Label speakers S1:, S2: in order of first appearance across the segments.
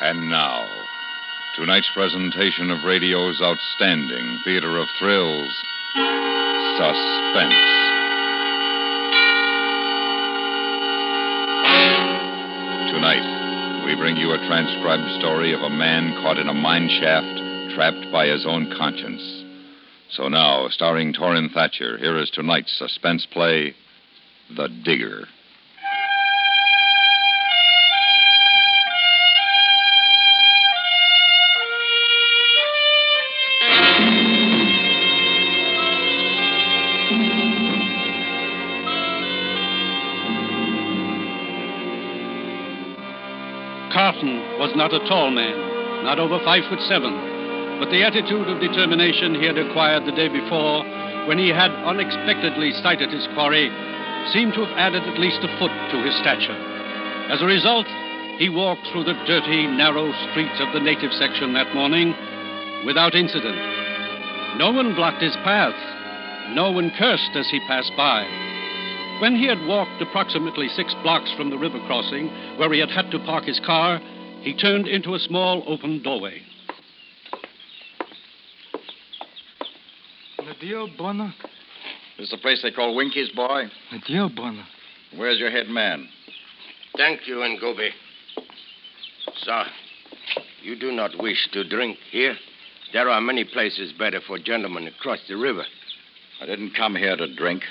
S1: And now, tonight's presentation of radio's outstanding theater of thrills, Suspense. Tonight, we bring you a transcribed story of a man caught in a mine shaft, trapped by his own conscience. So now, starring Torin Thatcher, here is tonight's suspense play, The Digger.
S2: Carton was not a tall man, not over five foot seven, but the attitude of determination he had acquired the day before, when he had unexpectedly sighted his quarry, seemed to have added at least a foot to his stature. As a result, he walked through the dirty, narrow streets of the native section that morning without incident. No one blocked his path. No one cursed as he passed by. When he had walked approximately six blocks from the river crossing, where he had had to park his car, he turned into a small open doorway.
S3: Le Dio Bona.
S4: This is the place they call Winky's, boy.
S3: Le Dio Bona.
S4: Where's your head man?
S5: Thank you, Ngobe. Sir, you do not wish to drink here? There are many places better for gentlemen across the river.
S4: I didn't come here to drink.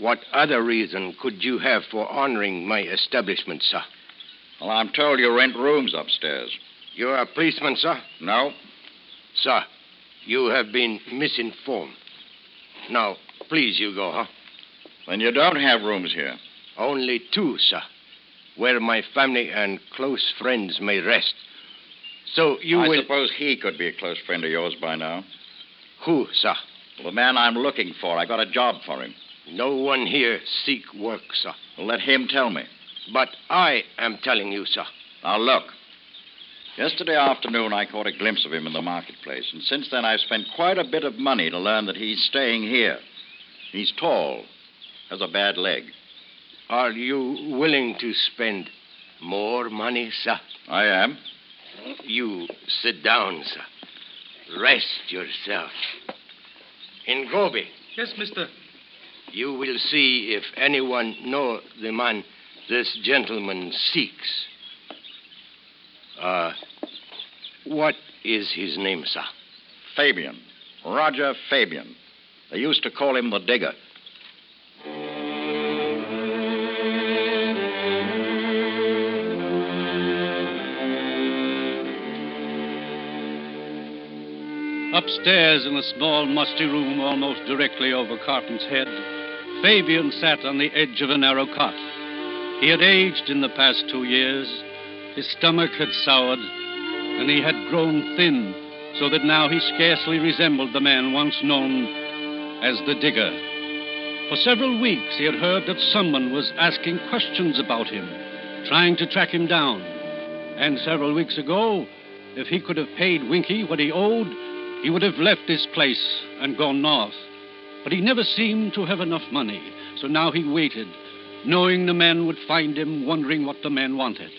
S5: What other reason could you have for honoring my establishment, sir?
S4: Well, I'm told you rent rooms upstairs.
S5: You are a policeman, sir?
S4: No?
S5: Sir, you have been misinformed. Now, please, you go, huh?
S4: Then you don't have rooms here.
S5: Only two, sir, where my family and close friends may rest. So you
S4: I
S5: will.
S4: suppose he could be a close friend of yours by now.
S5: Who, sir?
S4: Well, the man I'm looking for, I got a job for him.
S5: No one here seek work, sir.
S4: Well, let him tell me.
S5: But I am telling you, sir.
S4: Now, look. Yesterday afternoon, I caught a glimpse of him in the marketplace, and since then, I've spent quite a bit of money to learn that he's staying here. He's tall, has a bad leg.
S5: Are you willing to spend more money, sir?
S4: I am.
S5: You sit down, sir. Rest yourself. Ngobe,
S3: Yes, mister.
S5: you will see if anyone know the man this gentleman seeks. Uh, what is his name, sir?
S4: Fabian. Roger Fabian. They used to call him the digger.
S2: Upstairs in a small, musty room almost directly over Carton's head, Fabian sat on the edge of a narrow cot. He had aged in the past two years, his stomach had soured, and he had grown thin, so that now he scarcely resembled the man once known as the digger. For several weeks, he had heard that someone was asking questions about him, trying to track him down. And several weeks ago, if he could have paid Winky what he owed, he would have left this place and gone north. But he never seemed to have enough money, so now he waited, knowing the man would find him, wondering what the man wanted.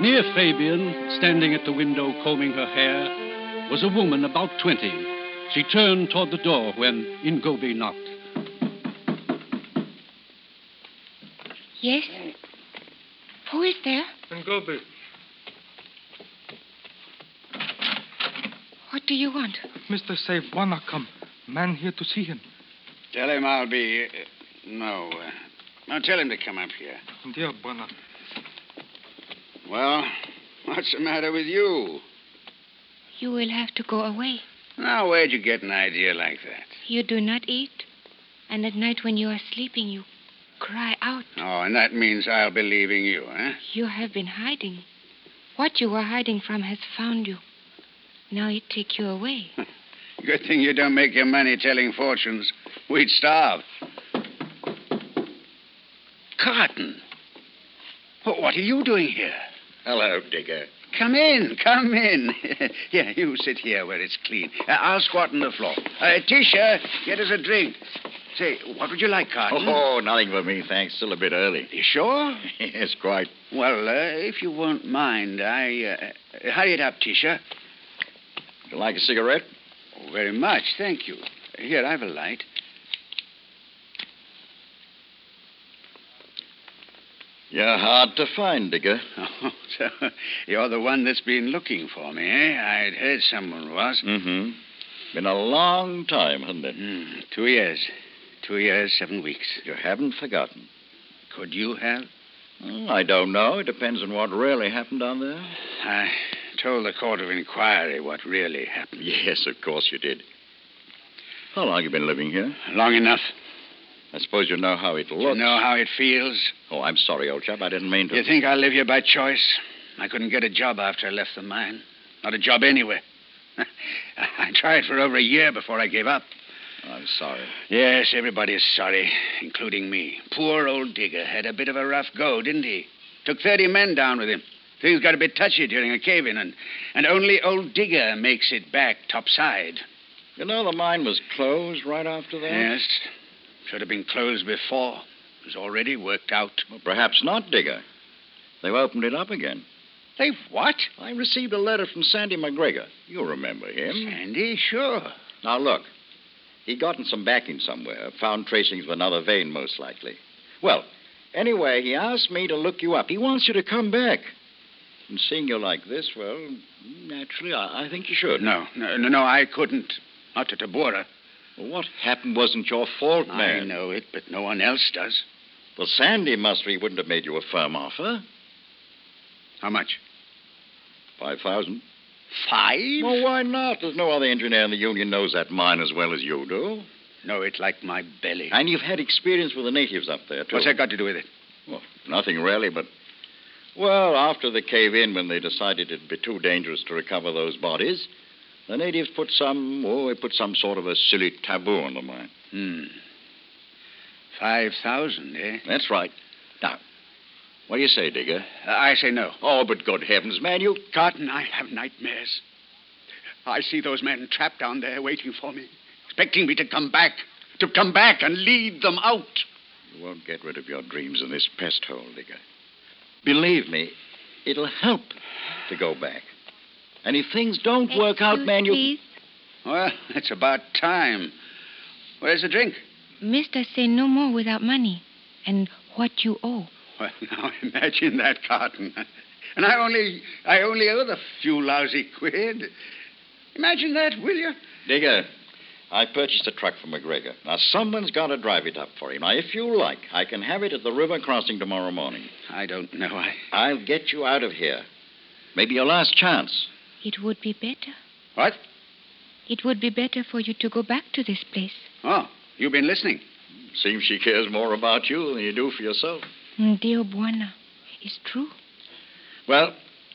S2: Near Fabian, standing at the window combing her hair, was a woman about 20. She turned toward the door when Ingobi knocked.
S6: Yes? Who is there?
S3: Ngobe.
S6: What do you want?
S3: Mister, say Bona come. Man here to see him.
S7: Tell him I'll be. Uh, no. Uh, no, tell him to come up here.
S3: Dio Bona.
S7: Well, what's the matter with you?
S6: You will have to go away.
S7: Now, where'd you get an idea like that?
S6: You do not eat. And at night when you are sleeping, you cry out.
S7: Oh, and that means I'll be leaving you, eh?
S6: You have been hiding. What you were hiding from has found you. Now it take you away.
S7: Good thing you don't make your money telling fortunes. We'd starve. Cotton. Wh- What are you doing here?
S4: Hello, digger.
S7: Come in, come in. yeah, you sit here where it's clean. Uh, I'll squat on the floor. Uh, Tisha, get us a drink.
S5: Say, what would you like, Carton?
S1: Oh, nothing for me, thanks. Still a bit early.
S5: You sure?
S1: yes, quite.
S2: Well, uh, if you won't mind, I. Uh, hurry it up, Tisha.
S1: Would you like a cigarette?
S2: Oh, very much, thank you. Here, I've a light.
S1: You're hard to find, Digger.
S2: Oh, so you're the one that's been looking for me, eh? I'd heard someone was.
S1: Mm-hmm. Been a long time, hasn't it?
S2: Hmm, two years. Two years, seven weeks.
S1: You haven't forgotten.
S2: Could you have?
S1: Hmm, I don't know. It depends on what really happened down there.
S2: I told the court of inquiry what really happened.
S1: Yes, of course you did. How long you been living here?
S2: Long enough.
S1: I suppose you know how it
S2: You
S1: looks.
S2: know how it feels.
S1: Oh, I'm sorry, old chap. I didn't mean to.
S2: You think I live here by choice? I couldn't get a job after I left the mine. Not a job anywhere. I tried for over a year before I gave up.
S1: I'm sorry.
S2: Yes, everybody is sorry, including me. Poor old Digger had a bit of a rough go, didn't he? Took 30 men down with him. Things got a bit touchy during a cave in, and, and only old Digger makes it back topside.
S1: You know the mine was closed right after that?
S2: Yes. Should have been closed before. It was already worked out.
S1: Well, perhaps not, Digger. They've opened it up again.
S2: They what?
S1: I received a letter from Sandy McGregor. You remember him.
S2: Sandy, sure.
S1: Now, look. He'd gotten some backing somewhere, found tracings of another vein, most likely. Well, anyway, he asked me to look you up. He wants you to come back. And seeing you like this, well, naturally, I, I think you should.
S2: No, no, no, no, I couldn't. Not to Tabora.
S1: Well, What happened wasn't your fault,
S2: I
S1: man.
S2: know it, but no one else does.
S1: Well, Sandy must, or he wouldn't have made you a firm offer.
S2: How much?
S1: Five thousand.
S2: Five?
S1: Well, why not? There's no other engineer in the union knows that mine as well as you do.
S2: Know it like my belly.
S1: And you've had experience with the natives up there, too.
S2: What's that got to do with it?
S1: Well, nothing really, but. Well, after the cave in, when they decided it'd be too dangerous to recover those bodies, the natives put some, oh, they put some sort of a silly taboo on the mine.
S2: Hmm. Five thousand, eh?
S1: That's right. Now, what do you say, Digger?
S2: Uh, I say no.
S1: Oh, but good heavens, man, you.
S2: Carton, I have nightmares. I see those men trapped down there waiting for me, expecting me to come back, to come back and lead them out.
S1: You won't get rid of your dreams in this pest hole, Digger. Believe me, it'll help to go back. And if things don't work out,
S6: Excuse,
S1: man, you.
S6: Please.
S2: Well, it's about time. Where's the drink?
S6: Mister say no more without money and what you owe.
S2: Well, now imagine that, Carton. And I only, I only owe the few lousy quid. Imagine that, will you?
S1: Digger, I purchased a truck from McGregor. Now, someone's got to drive it up for him. Now, if you like, I can have it at the river crossing tomorrow morning.
S2: I don't know. I,
S1: I'll get you out of here. Maybe your last chance.
S6: It would be better.
S2: What?
S6: It would be better for you to go back to this place.
S2: Oh, you've been listening.
S1: Seems she cares more about you than you do for yourself.
S6: Dio buona. It's true.
S1: Well,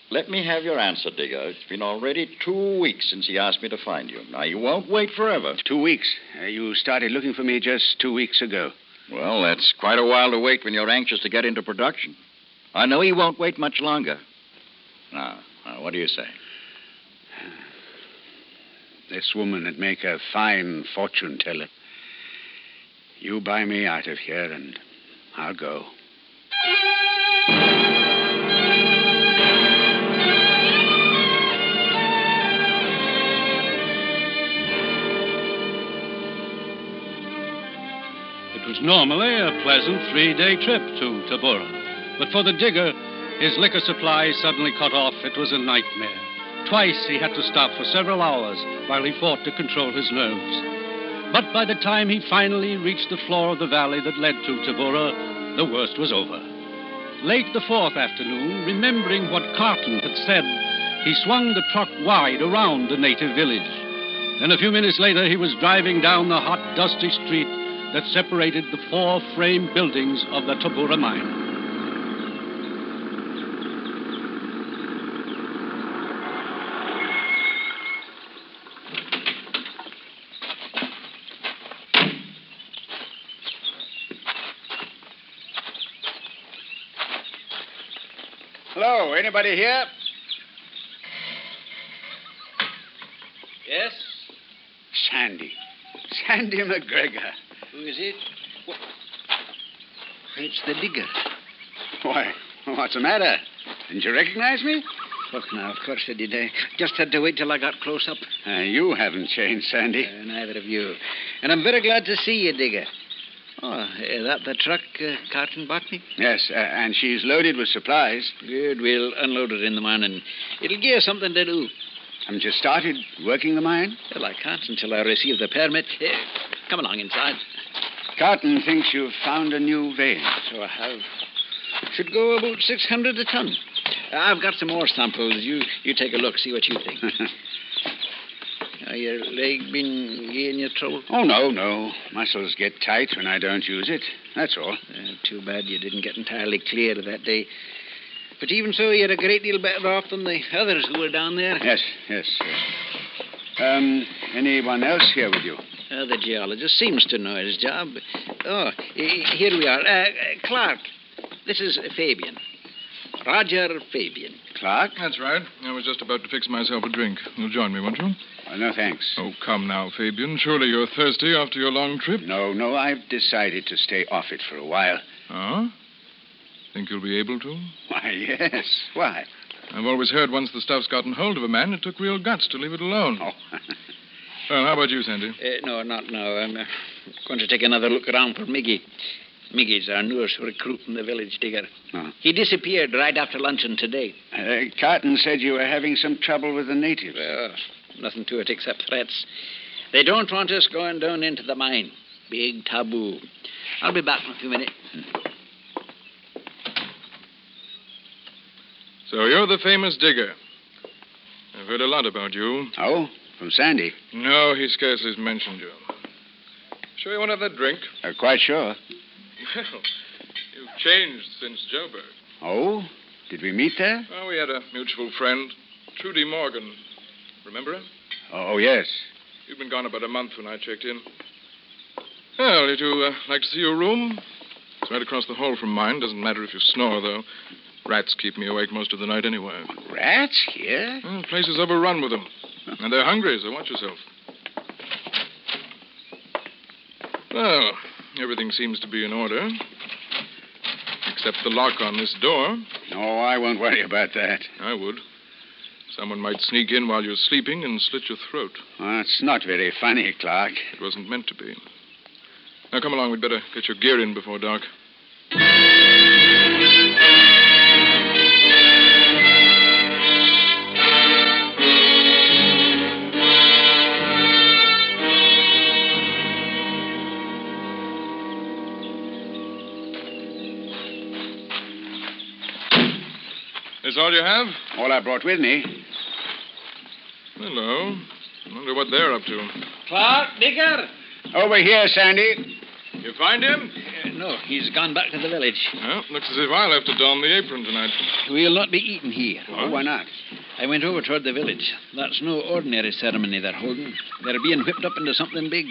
S1: let me have your answer, Digger. It's been already two weeks since he asked me to find you. Now, you won't wait forever.
S2: Two weeks. Uh, you started looking for me just two weeks ago.
S1: Well, that's quite a while to wait when you're anxious to get into production. I know he won't wait much longer. Now, now what do you say?
S2: This woman would make a fine fortune teller. You buy me out of here, and I'll go.
S8: It was normally a pleasant three day trip to Tabora. But for the digger, his liquor supply suddenly cut off. It was a nightmare. Twice he had to stop for several hours while he fought to control his nerves. But by the time he finally reached the floor of the valley that led to Tabora, the worst was over. Late the fourth afternoon, remembering what Carton had said, he swung the truck wide around the native village. And a few minutes later, he was driving down the hot, dusty street that separated the four frame buildings of the Tabora mine.
S2: Hello, anybody here?
S8: Yes?
S2: Sandy. Sandy McGregor.
S9: Who is it? What? It's the digger. Why, what's the matter? Didn't you recognize me?
S2: Look now, of course I did. I just had to wait till I got close up.
S9: Uh, you haven't changed, Sandy.
S2: Uh, neither of you. And I'm very glad to see you, Digger. Oh, is that the truck uh, Carton bought me?
S9: Yes, uh, and she's loaded with supplies.
S2: Good. We'll unload it in the morning. It'll give us something to do.
S9: Haven't you started working the mine?
S2: Well, I can't until I receive the permit. Eh, come along inside.
S9: Carton thinks you've found a new vein.
S2: So I have. Should go about 600 a ton. I've got some more samples. You you take a look, see what you think. Are your leg been giving you trouble?
S9: Oh, no, no. Muscles get tight when I don't use it. That's all.
S2: Uh, too bad you didn't get entirely clear that day. But even so, you're a great deal better off than the others who were down there.
S9: Yes, yes. yes. Um, anyone else here with you?
S2: Uh, the geologist seems to know his job. Oh, he- here we are. Uh, uh, Clark, this is Fabian. Roger Fabian.
S9: Clark?
S3: Ah, That's right. I was just about to fix myself a drink. You'll join me, won't you?
S9: Oh, no, thanks.
S3: Oh, come now, Fabian. Surely you're thirsty after your long trip.
S9: No, no, I've decided to stay off it for a while.
S3: Huh? Ah? Think you'll be able to?
S9: Why, yes. Why?
S3: I've always heard once the stuff's gotten hold of a man, it took real guts to leave it alone.
S9: Oh,
S3: Well, how about you, Sandy?
S2: Uh, no, not now. I'm uh, going to take another look around for Miggy. Miggy's our newest recruit in the village, Digger.
S9: Oh.
S2: He disappeared right after luncheon today.
S9: uh, Carton said you were having some trouble with the natives.
S2: Well, nothing to it except threats. They don't want us going down into the mine. Big taboo. I'll be back in a few minutes.
S3: So you're the famous digger. I've heard a lot about you.
S9: Oh, from Sandy.
S3: No, he scarcely mentioned you. Sure you want to have that drink?
S9: Uh, quite sure.
S3: Well, you've changed since Joburg.
S9: Oh, did we meet there?
S3: Oh, we had a mutual friend, Trudy Morgan. Remember her?
S9: Oh, yes.
S3: You'd been gone about a month when I checked in. Well, did you uh, like to see your room? It's right across the hall from mine. Doesn't matter if you snore, though. Rats keep me awake most of the night anyway.
S9: Oh, Rats here?
S3: Well, the place is Hmm, overrun with them. And they're hungry, so watch yourself. Well, everything seems to be in order. Except the lock on this door.
S9: No, I won't worry about that.
S3: I would. Someone might sneak in while you're sleeping and slit your throat.
S9: Well, it's not very funny, Clark.
S3: It wasn't meant to be. Now, come along. We'd better get your gear in before dark. Is all you have?
S9: All I brought with me.
S3: Hello. Wonder what they're up to.
S2: Clark, Digger!
S9: Over here, Sandy.
S3: You find him?
S2: Uh, no, he's gone back to the village.
S3: Well, looks as if I'll have to don the apron tonight.
S2: We'll not be eaten here.
S9: Oh, why not?
S2: I went over toward the village. That's no ordinary ceremony they're holding. They're being whipped up into something big.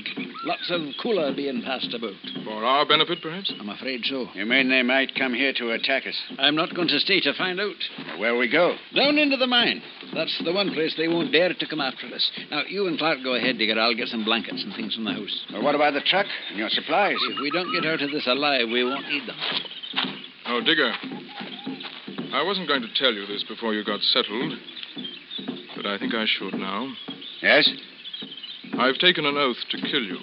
S2: Lots of cooler being passed about.
S3: For our benefit, perhaps?
S2: I'm afraid so.
S9: You mean they might come here to attack us?
S2: I'm not going to stay to find out.
S9: Where we go?
S2: Down into the mine. That's the one place they won't dare to come after us. Now, you and Clark go ahead, Digger. I'll get some blankets and things from the house.
S9: Well, what about the truck and your supplies?
S2: If we don't get out of this alive, we won't need them.
S3: Oh, Digger. I wasn't going to tell you this before you got settled, but I think I should now.
S9: Yes?
S3: I've taken an oath to kill you.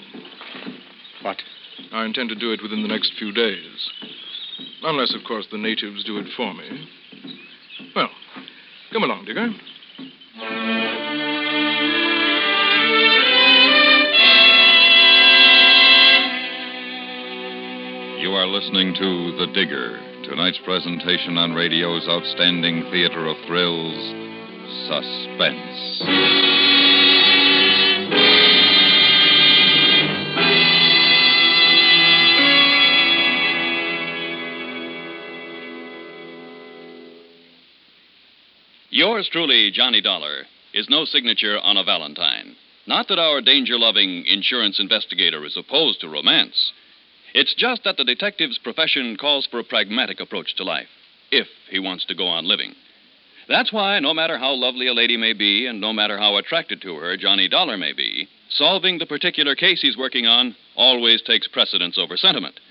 S9: What?
S3: I intend to do it within the next few days. Unless, of course, the natives do it for me. Well, come along, Digger.
S10: You are listening to The Digger, tonight's presentation on radio's outstanding theater of thrills, Suspense.
S1: Yours truly, Johnny Dollar, is no signature on a Valentine. Not that our danger loving insurance investigator is opposed to romance. It's just that the detective's profession calls for a pragmatic approach to life, if he wants to go on living. That's why, no matter how lovely a lady may be, and no matter how attracted to her Johnny Dollar may be,
S11: Solving the particular case he's working on always takes precedence over sentiment.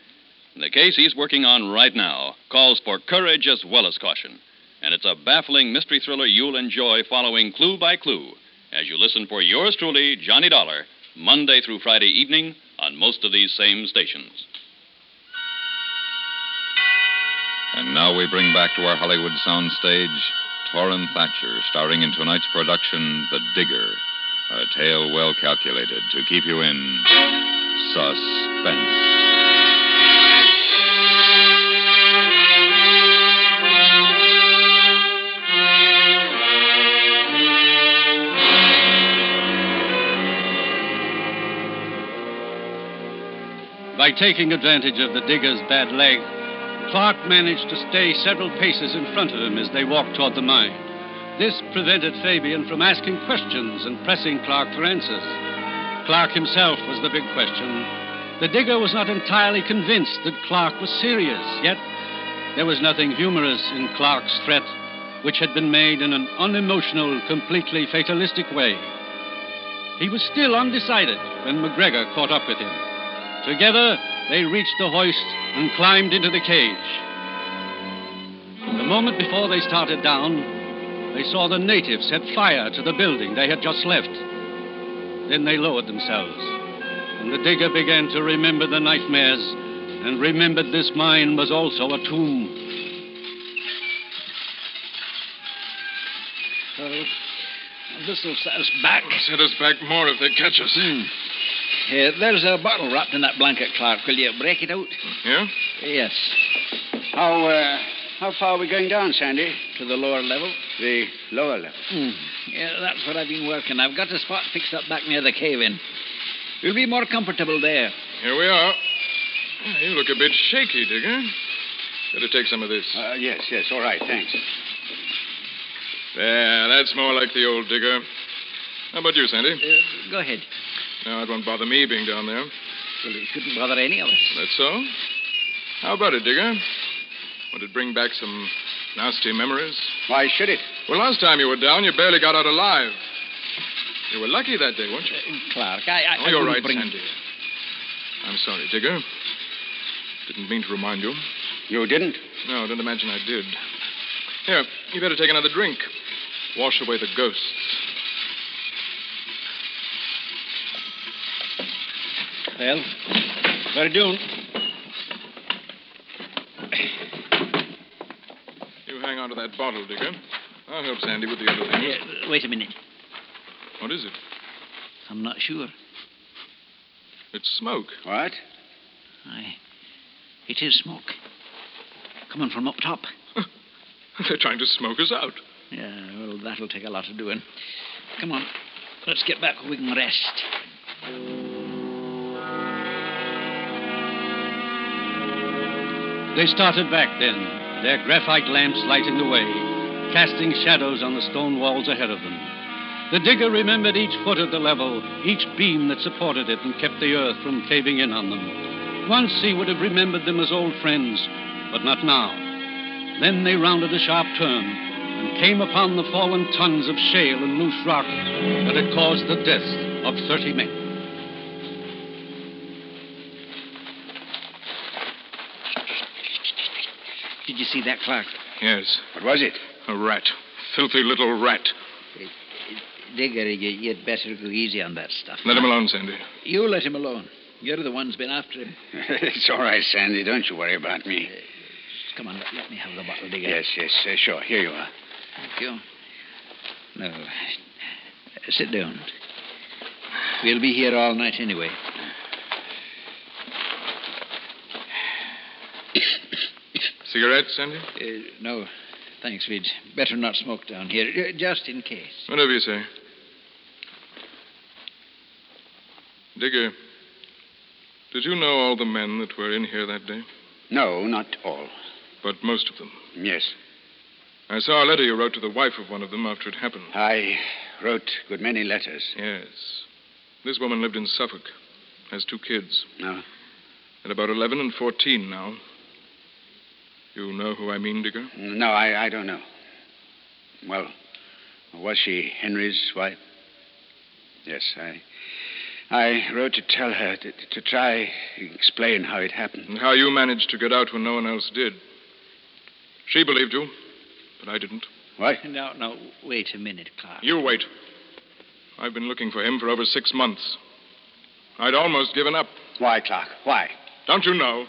S11: The case he's working on right now calls for courage as well as caution, and it's a baffling mystery thriller you'll enjoy following clue by clue as you listen for yours truly, Johnny Dollar, Monday through Friday evening on most of these same stations.
S12: And now we bring back to our Hollywood soundstage Torrin Thatcher, starring in tonight's production, The Digger, a tale well calculated to keep you in suspense.
S8: By taking advantage of the digger's bad leg, Clark managed to stay several paces in front of him as they walked toward the mine. This prevented Fabian from asking questions and pressing Clark for answers. Clark himself was the big question. The digger was not entirely convinced that Clark was serious, yet there was nothing humorous in Clark's threat, which had been made in an unemotional, completely fatalistic way. He was still undecided when McGregor caught up with him. Together, they reached the hoist and climbed into the cage. The moment before they started down, they saw the natives set fire to the building they had just left. Then they lowered themselves, and the digger began to remember the nightmares and remembered this mine was also a tomb.
S13: This will set us back.
S3: Set us back more if they catch us.
S13: Here, there's a bottle wrapped in that blanket, Clark. Will you break it out?
S3: Yeah?
S13: Yes.
S2: How, uh, how far are we going down, Sandy?
S13: To the lower level. Hmm.
S2: The lower level.
S13: Yeah, that's what I've been working. I've got a spot fixed up back near the cave in. We'll be more comfortable there.
S3: Here we are. Yeah, You look a bit shaky, Digger. Better take some of this.
S2: Uh, yes, yes, all right, thanks.
S3: There, that's more like the old Digger. How about you, Sandy?
S13: Uh, go ahead.
S3: No, it won't bother me being down there.
S13: Well, it couldn't bother any of us.
S3: That's so? How about it, Digger? Would it bring back some nasty memories?
S2: Why should it?
S3: Well, last time you were down, you barely got out alive. You were lucky that day, weren't you?
S13: Uh, Clark, I. I
S3: Oh,
S13: I
S3: you're
S13: wouldn't
S3: right,
S13: bring...
S3: Sandy. I'm sorry, Digger. Didn't mean to remind you.
S2: You didn't?
S3: No, don't imagine I did. Here, you better take another drink. Wash away the ghosts.
S13: Well, we're doomed.
S3: You hang on to that bottle, Digger. I'll help Sandy with the other things.
S13: Uh, wait a minute.
S3: What is it?
S13: I'm not sure.
S3: It's smoke.
S2: What?
S13: I. It is smoke. Coming from up top.
S3: They're trying to smoke us out.
S13: Yeah, well, that'll take a lot of doing. Come on, let's get back where we can rest.
S8: They started back then, their graphite lamps lighting the way, casting shadows on the stone walls ahead of them. The digger remembered each foot of the level, each beam that supported it and kept the earth from caving in on them. Once he would have remembered them as old friends, but not now. Then they rounded a sharp turn and came upon the fallen tons of shale and loose rock that had caused the death of 30 men.
S13: Did you see that, Clark?
S3: Yes,
S2: What was it?
S3: a rat. Filthy little rat.
S13: Digger, you, you'd better go easy on that stuff.
S3: Let him alone, Sandy.
S13: You let him alone. You're the one's been after him.
S2: it's all right, Sandy. Don't you worry about me.
S13: Uh, Come on, let, let me have the bottle, Digger.
S2: Yes, yes, uh, sure. Here you are.
S13: Thank you. No. Uh, Sit down. We'll be here all night anyway.
S3: Cigarette, Sandy?
S13: Uh, no, thanks, We'd Better not smoke down here, uh, just in case.
S3: Whatever you say. Digger, did you know all the men that were in here that day?
S2: No, not all.
S3: But most of them.
S2: Yes.
S3: I saw a letter you wrote to the wife of one of them after it happened.
S2: I wrote good many letters.
S3: Yes. This woman lived in Suffolk, has two kids.
S2: No.
S3: At about 11 and 14 now. You know who I mean, Digger?
S2: No, I, I don't know. Well, was she Henry's wife? Yes, I I wrote to tell her, to, to try explain how it happened.
S3: And how you managed to get out when no one else did. She believed you, but I didn't.
S2: Why?
S13: No, no, wait a minute, Clark.
S3: You wait. I've been looking for him for over six months. I'd almost given up.
S2: Why, Clark? Why?
S3: Don't you know?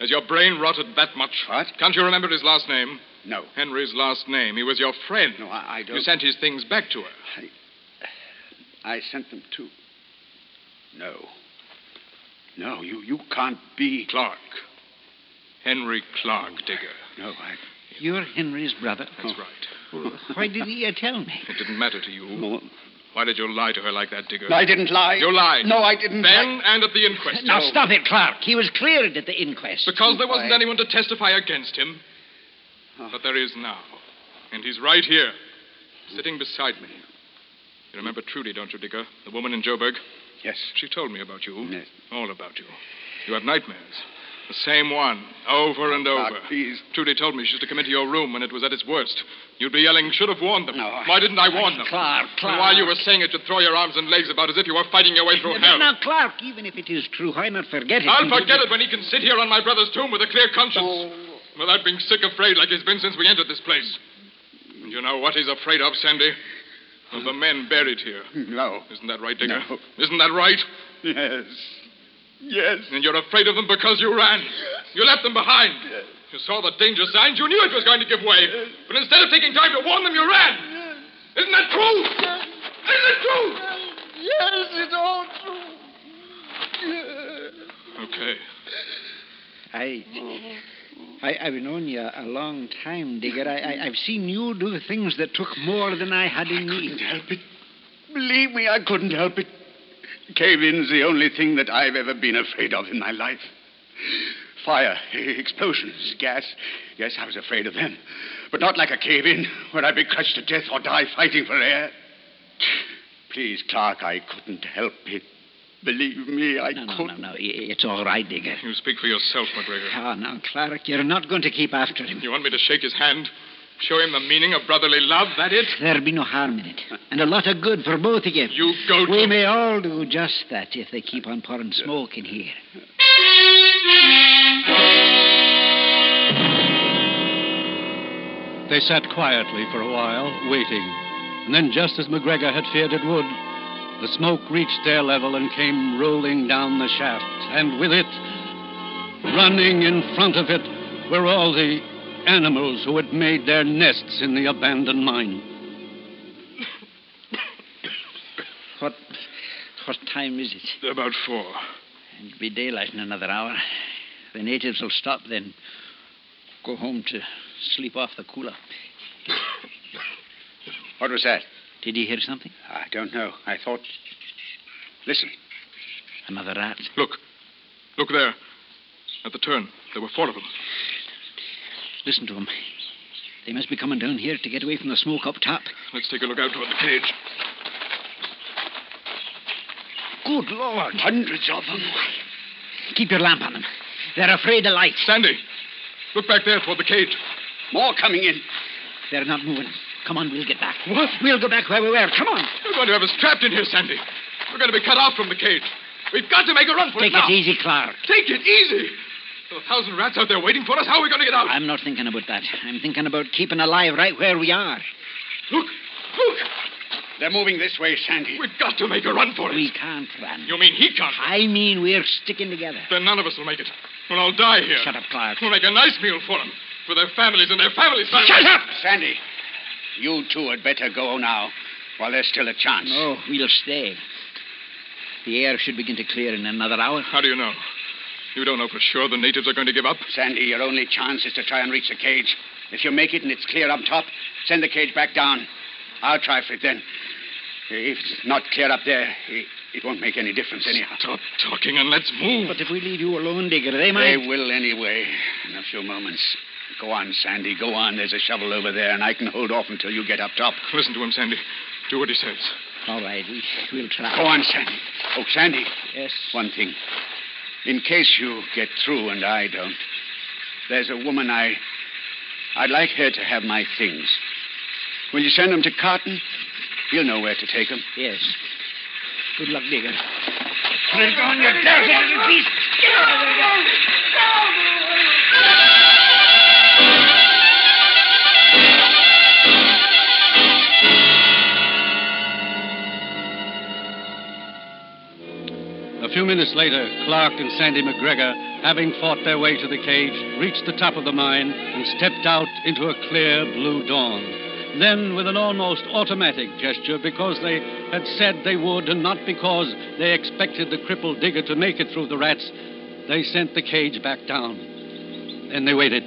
S3: Has your brain rotted that much?
S2: What?
S3: Can't you remember his last name?
S2: No.
S3: Henry's last name. He was your friend.
S2: No, I, I don't.
S3: You sent his things back to her.
S2: I sent them to. No. No, you, you can't be.
S3: Clark. Henry Clark, Digger.
S2: No, I.
S13: You're Henry's brother.
S2: Oh.
S3: That's right.
S13: Why did he uh, tell me?
S3: It didn't matter to you.
S2: No,
S3: Why did you lie to her like that, Digger?
S2: I didn't lie.
S3: You lied.
S2: No, I didn't.
S3: Then and at the inquest.
S13: Now stop it, Clark. He was cleared at the inquest.
S3: Because there wasn't anyone to testify against him. But there is now. And he's right here, sitting beside me. You remember Trudy, don't you, Digger? The woman in Joburg?
S2: Yes.
S3: She told me about you.
S2: Yes.
S3: All about you. You have nightmares. The same one, over and over.
S2: Clark, please.
S3: Trudy told me she used to come into your room when it was at its worst. You'd be yelling, should have warned them.
S2: No, I-
S3: Why didn't I warn them?
S13: Clark, Clark.
S3: And while you were saying it, you'd throw your arms and legs about as if you were fighting your way through
S13: Now,
S3: hell.
S13: now, Clark, even if it is true, why not forget it?
S3: I'll forget it when he can sit here on my brother's tomb with a clear conscience.
S2: Oh.
S3: Without being sick afraid like he's been since we entered this place. And you know what he's afraid of, Sandy? Of the men buried here.
S2: No.
S3: Isn't that right, Digger?
S2: No.
S3: Isn't that right?
S2: Yes. Yes.
S3: And you're afraid of them because you ran. You left them behind. You saw the danger signs. You knew it was going to give way. But instead of taking time to warn them, you ran. Isn't that true? Isn't it true?
S2: Yes, it's all true.
S3: Okay.
S13: I, I, I've known you a long time, Digger. I, I, I've seen you do things that took more than I had in me.
S2: couldn't help it. Believe me, I couldn't help it. Cave-in's the only thing that I've ever been afraid of in my life. Fire, e- explosions, gas. Yes, I was afraid of them. But not like a cave-in, where I'd be crushed to death or die fighting for air. Please, Clark, I couldn't help it. Believe me, I
S13: No, no, no,
S2: couldn't.
S13: no. i- It's all right, Digger.
S3: You speak for yourself, McGregor.
S13: Ah, now, Clark, you're not going to keep after him.
S3: You want me to shake his hand? Show him the meaning of brotherly love, that it?
S13: There'll be no harm in it, and a lot of good for both of you.
S3: You go to
S13: We may all do just that if they keep on pouring smoke in here.
S8: They sat quietly for a while, waiting. And then, just as McGregor had feared it would, the smoke reached their level and came rolling down the shaft. And with it, running in front of it, were all the animals who had made their nests in the abandoned mine.
S13: What, what time is it?
S3: About four.
S13: It'll be daylight in another hour. The natives will stop then. Go home to sleep off the cooler.
S2: What was that?
S13: Did you hear something?
S2: I don't know. I thought. Listen.
S13: Another rat.
S3: Look. Look there. At the turn. There were four of them.
S13: Listen to them. They must be coming down here to get away from the smoke up top.
S3: Let's take a look out toward the cage.
S13: Good Lord.
S2: Hundreds of them.
S13: Keep your lamp on them. They're afraid of light.
S3: Sandy! Look back there toward the cage.
S2: More coming in.
S13: They're not moving. Come on, we'll get back. What? We'll go back where we were. Come on.
S3: They're going to have us trapped in here, Sandy. We're going to be cut off from the cage. We've got to make a run for
S13: Take
S3: it now.
S13: it easy, Clark.
S3: Take it easy. There are a thousand rats out there waiting for us. How are we going to get out?
S13: I'm not thinking about that. I'm thinking about keeping alive right where we are.
S3: Look! Look!
S2: They're moving this way, Sandy.
S3: We've got to make a run for it.
S13: We can't run.
S3: You mean he can't?
S13: I mean, we're sticking together.
S3: Then none of us will make it. We'll all die here.
S13: Shut up, Clark.
S3: We'll make a nice meal for them. For their families and their families.
S2: Shut up, Sandy. You two had better go now, while there's still a chance.
S13: No, we'll stay. The air should begin to clear in another hour.
S3: How do you know? You don't know for sure the natives are going to give up?
S2: Sandy, your only chance is to try and reach the cage. If you make it and it's clear up top, send the cage back down. I'll try for it then. If it's not clear up there, it, it won't make any difference anyhow.
S3: Stop talking and let's move.
S13: But if we leave you alone, Digger, they
S2: They
S13: might.
S2: will anyway in a few moments. Go on, Sandy. Go on. There's a shovel over there, and I can hold off until you get up top.
S3: Listen to him, Sandy. Do what he says.
S13: All right, we, we'll try.
S2: Go on, Sandy. Oh, Sandy.
S13: Yes.
S2: One thing. In case you get through and I don't, there's a woman I. I'd like her to have my things. Will you send them to Carton? You'll know where to take them.
S13: Yes.
S8: Good luck, Digger.
S14: Let go, you dirty little beast. Get out of there.
S2: A few minutes later, Clark and Sandy McGregor, having fought their way to the cage, reached the top of the mine and stepped out into a clear blue dawn. Then, with an almost automatic gesture, because they had said they would and not because they expected the crippled digger to make it through the rats, they sent the cage back down. Then they waited.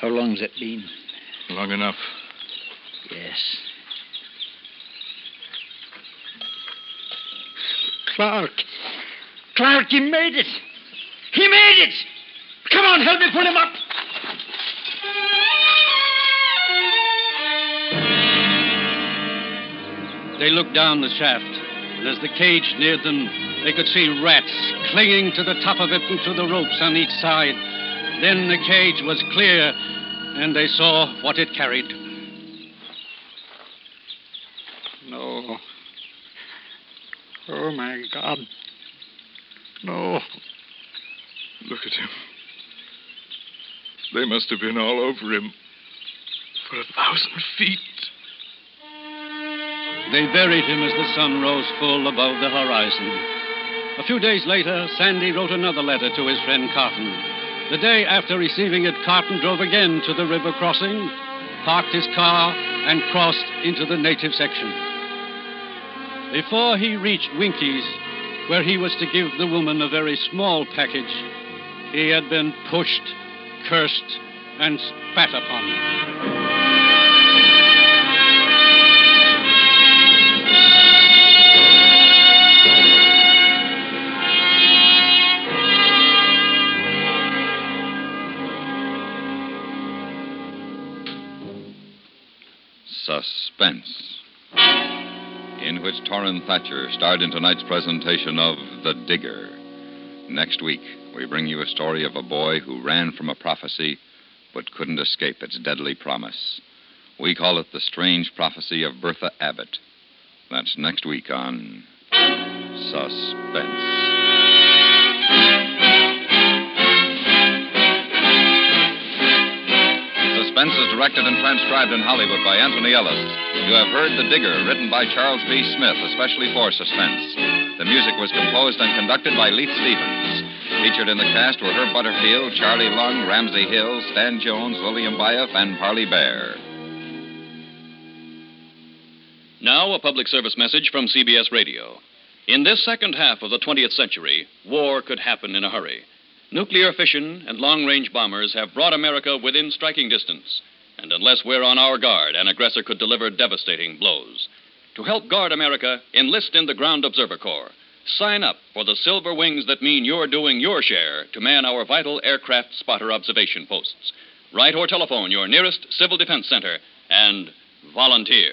S8: How long's that been?
S3: Long enough.
S8: Yes. Clark. Clark, he made it. He made it. Come on, help me pull him up.
S2: They looked down the shaft, and as the cage neared them, they could see rats clinging to the top of it and to the ropes on each side. Then the cage was clear, and they saw what it carried.
S15: No. Oh, my God. No.
S3: Look at him. They must have been all over him. For a thousand feet.
S2: They buried him as the sun rose full above the horizon. A few days later, Sandy wrote another letter to his friend Carton. The day after receiving it, Carton drove again to the river crossing, parked his car, and crossed into the native section. Before he reached Winky's, where he was to give the woman a very small package, he had been pushed, cursed, and spat upon.
S1: Suspense, in which Torrin Thatcher starred in tonight's presentation of The Digger. Next week, we bring you a story of a boy who ran from a prophecy but couldn't escape its deadly promise. We call it The Strange Prophecy of Bertha Abbott. That's next week on Suspense. Suspense is directed and transcribed in Hollywood by Anthony Ellis. You have heard The Digger, written by Charles B. Smith, especially for Suspense. The music was composed and conducted by Leith Stevens. Featured in the cast were Herb Butterfield, Charlie Lung, Ramsey Hill, Stan Jones, Lillian Bayef, and Parley Bear.
S16: Now, a public service message from CBS Radio. In this second half of the 20th century, war could happen in a hurry. Nuclear fission and long range bombers have brought America within striking distance, and unless we're on our guard, an aggressor could deliver devastating blows. To help guard America, enlist in the Ground Observer Corps. Sign up for the silver wings that mean you're doing your share to man our vital aircraft spotter observation posts. Write or telephone your nearest Civil Defense Center and volunteer.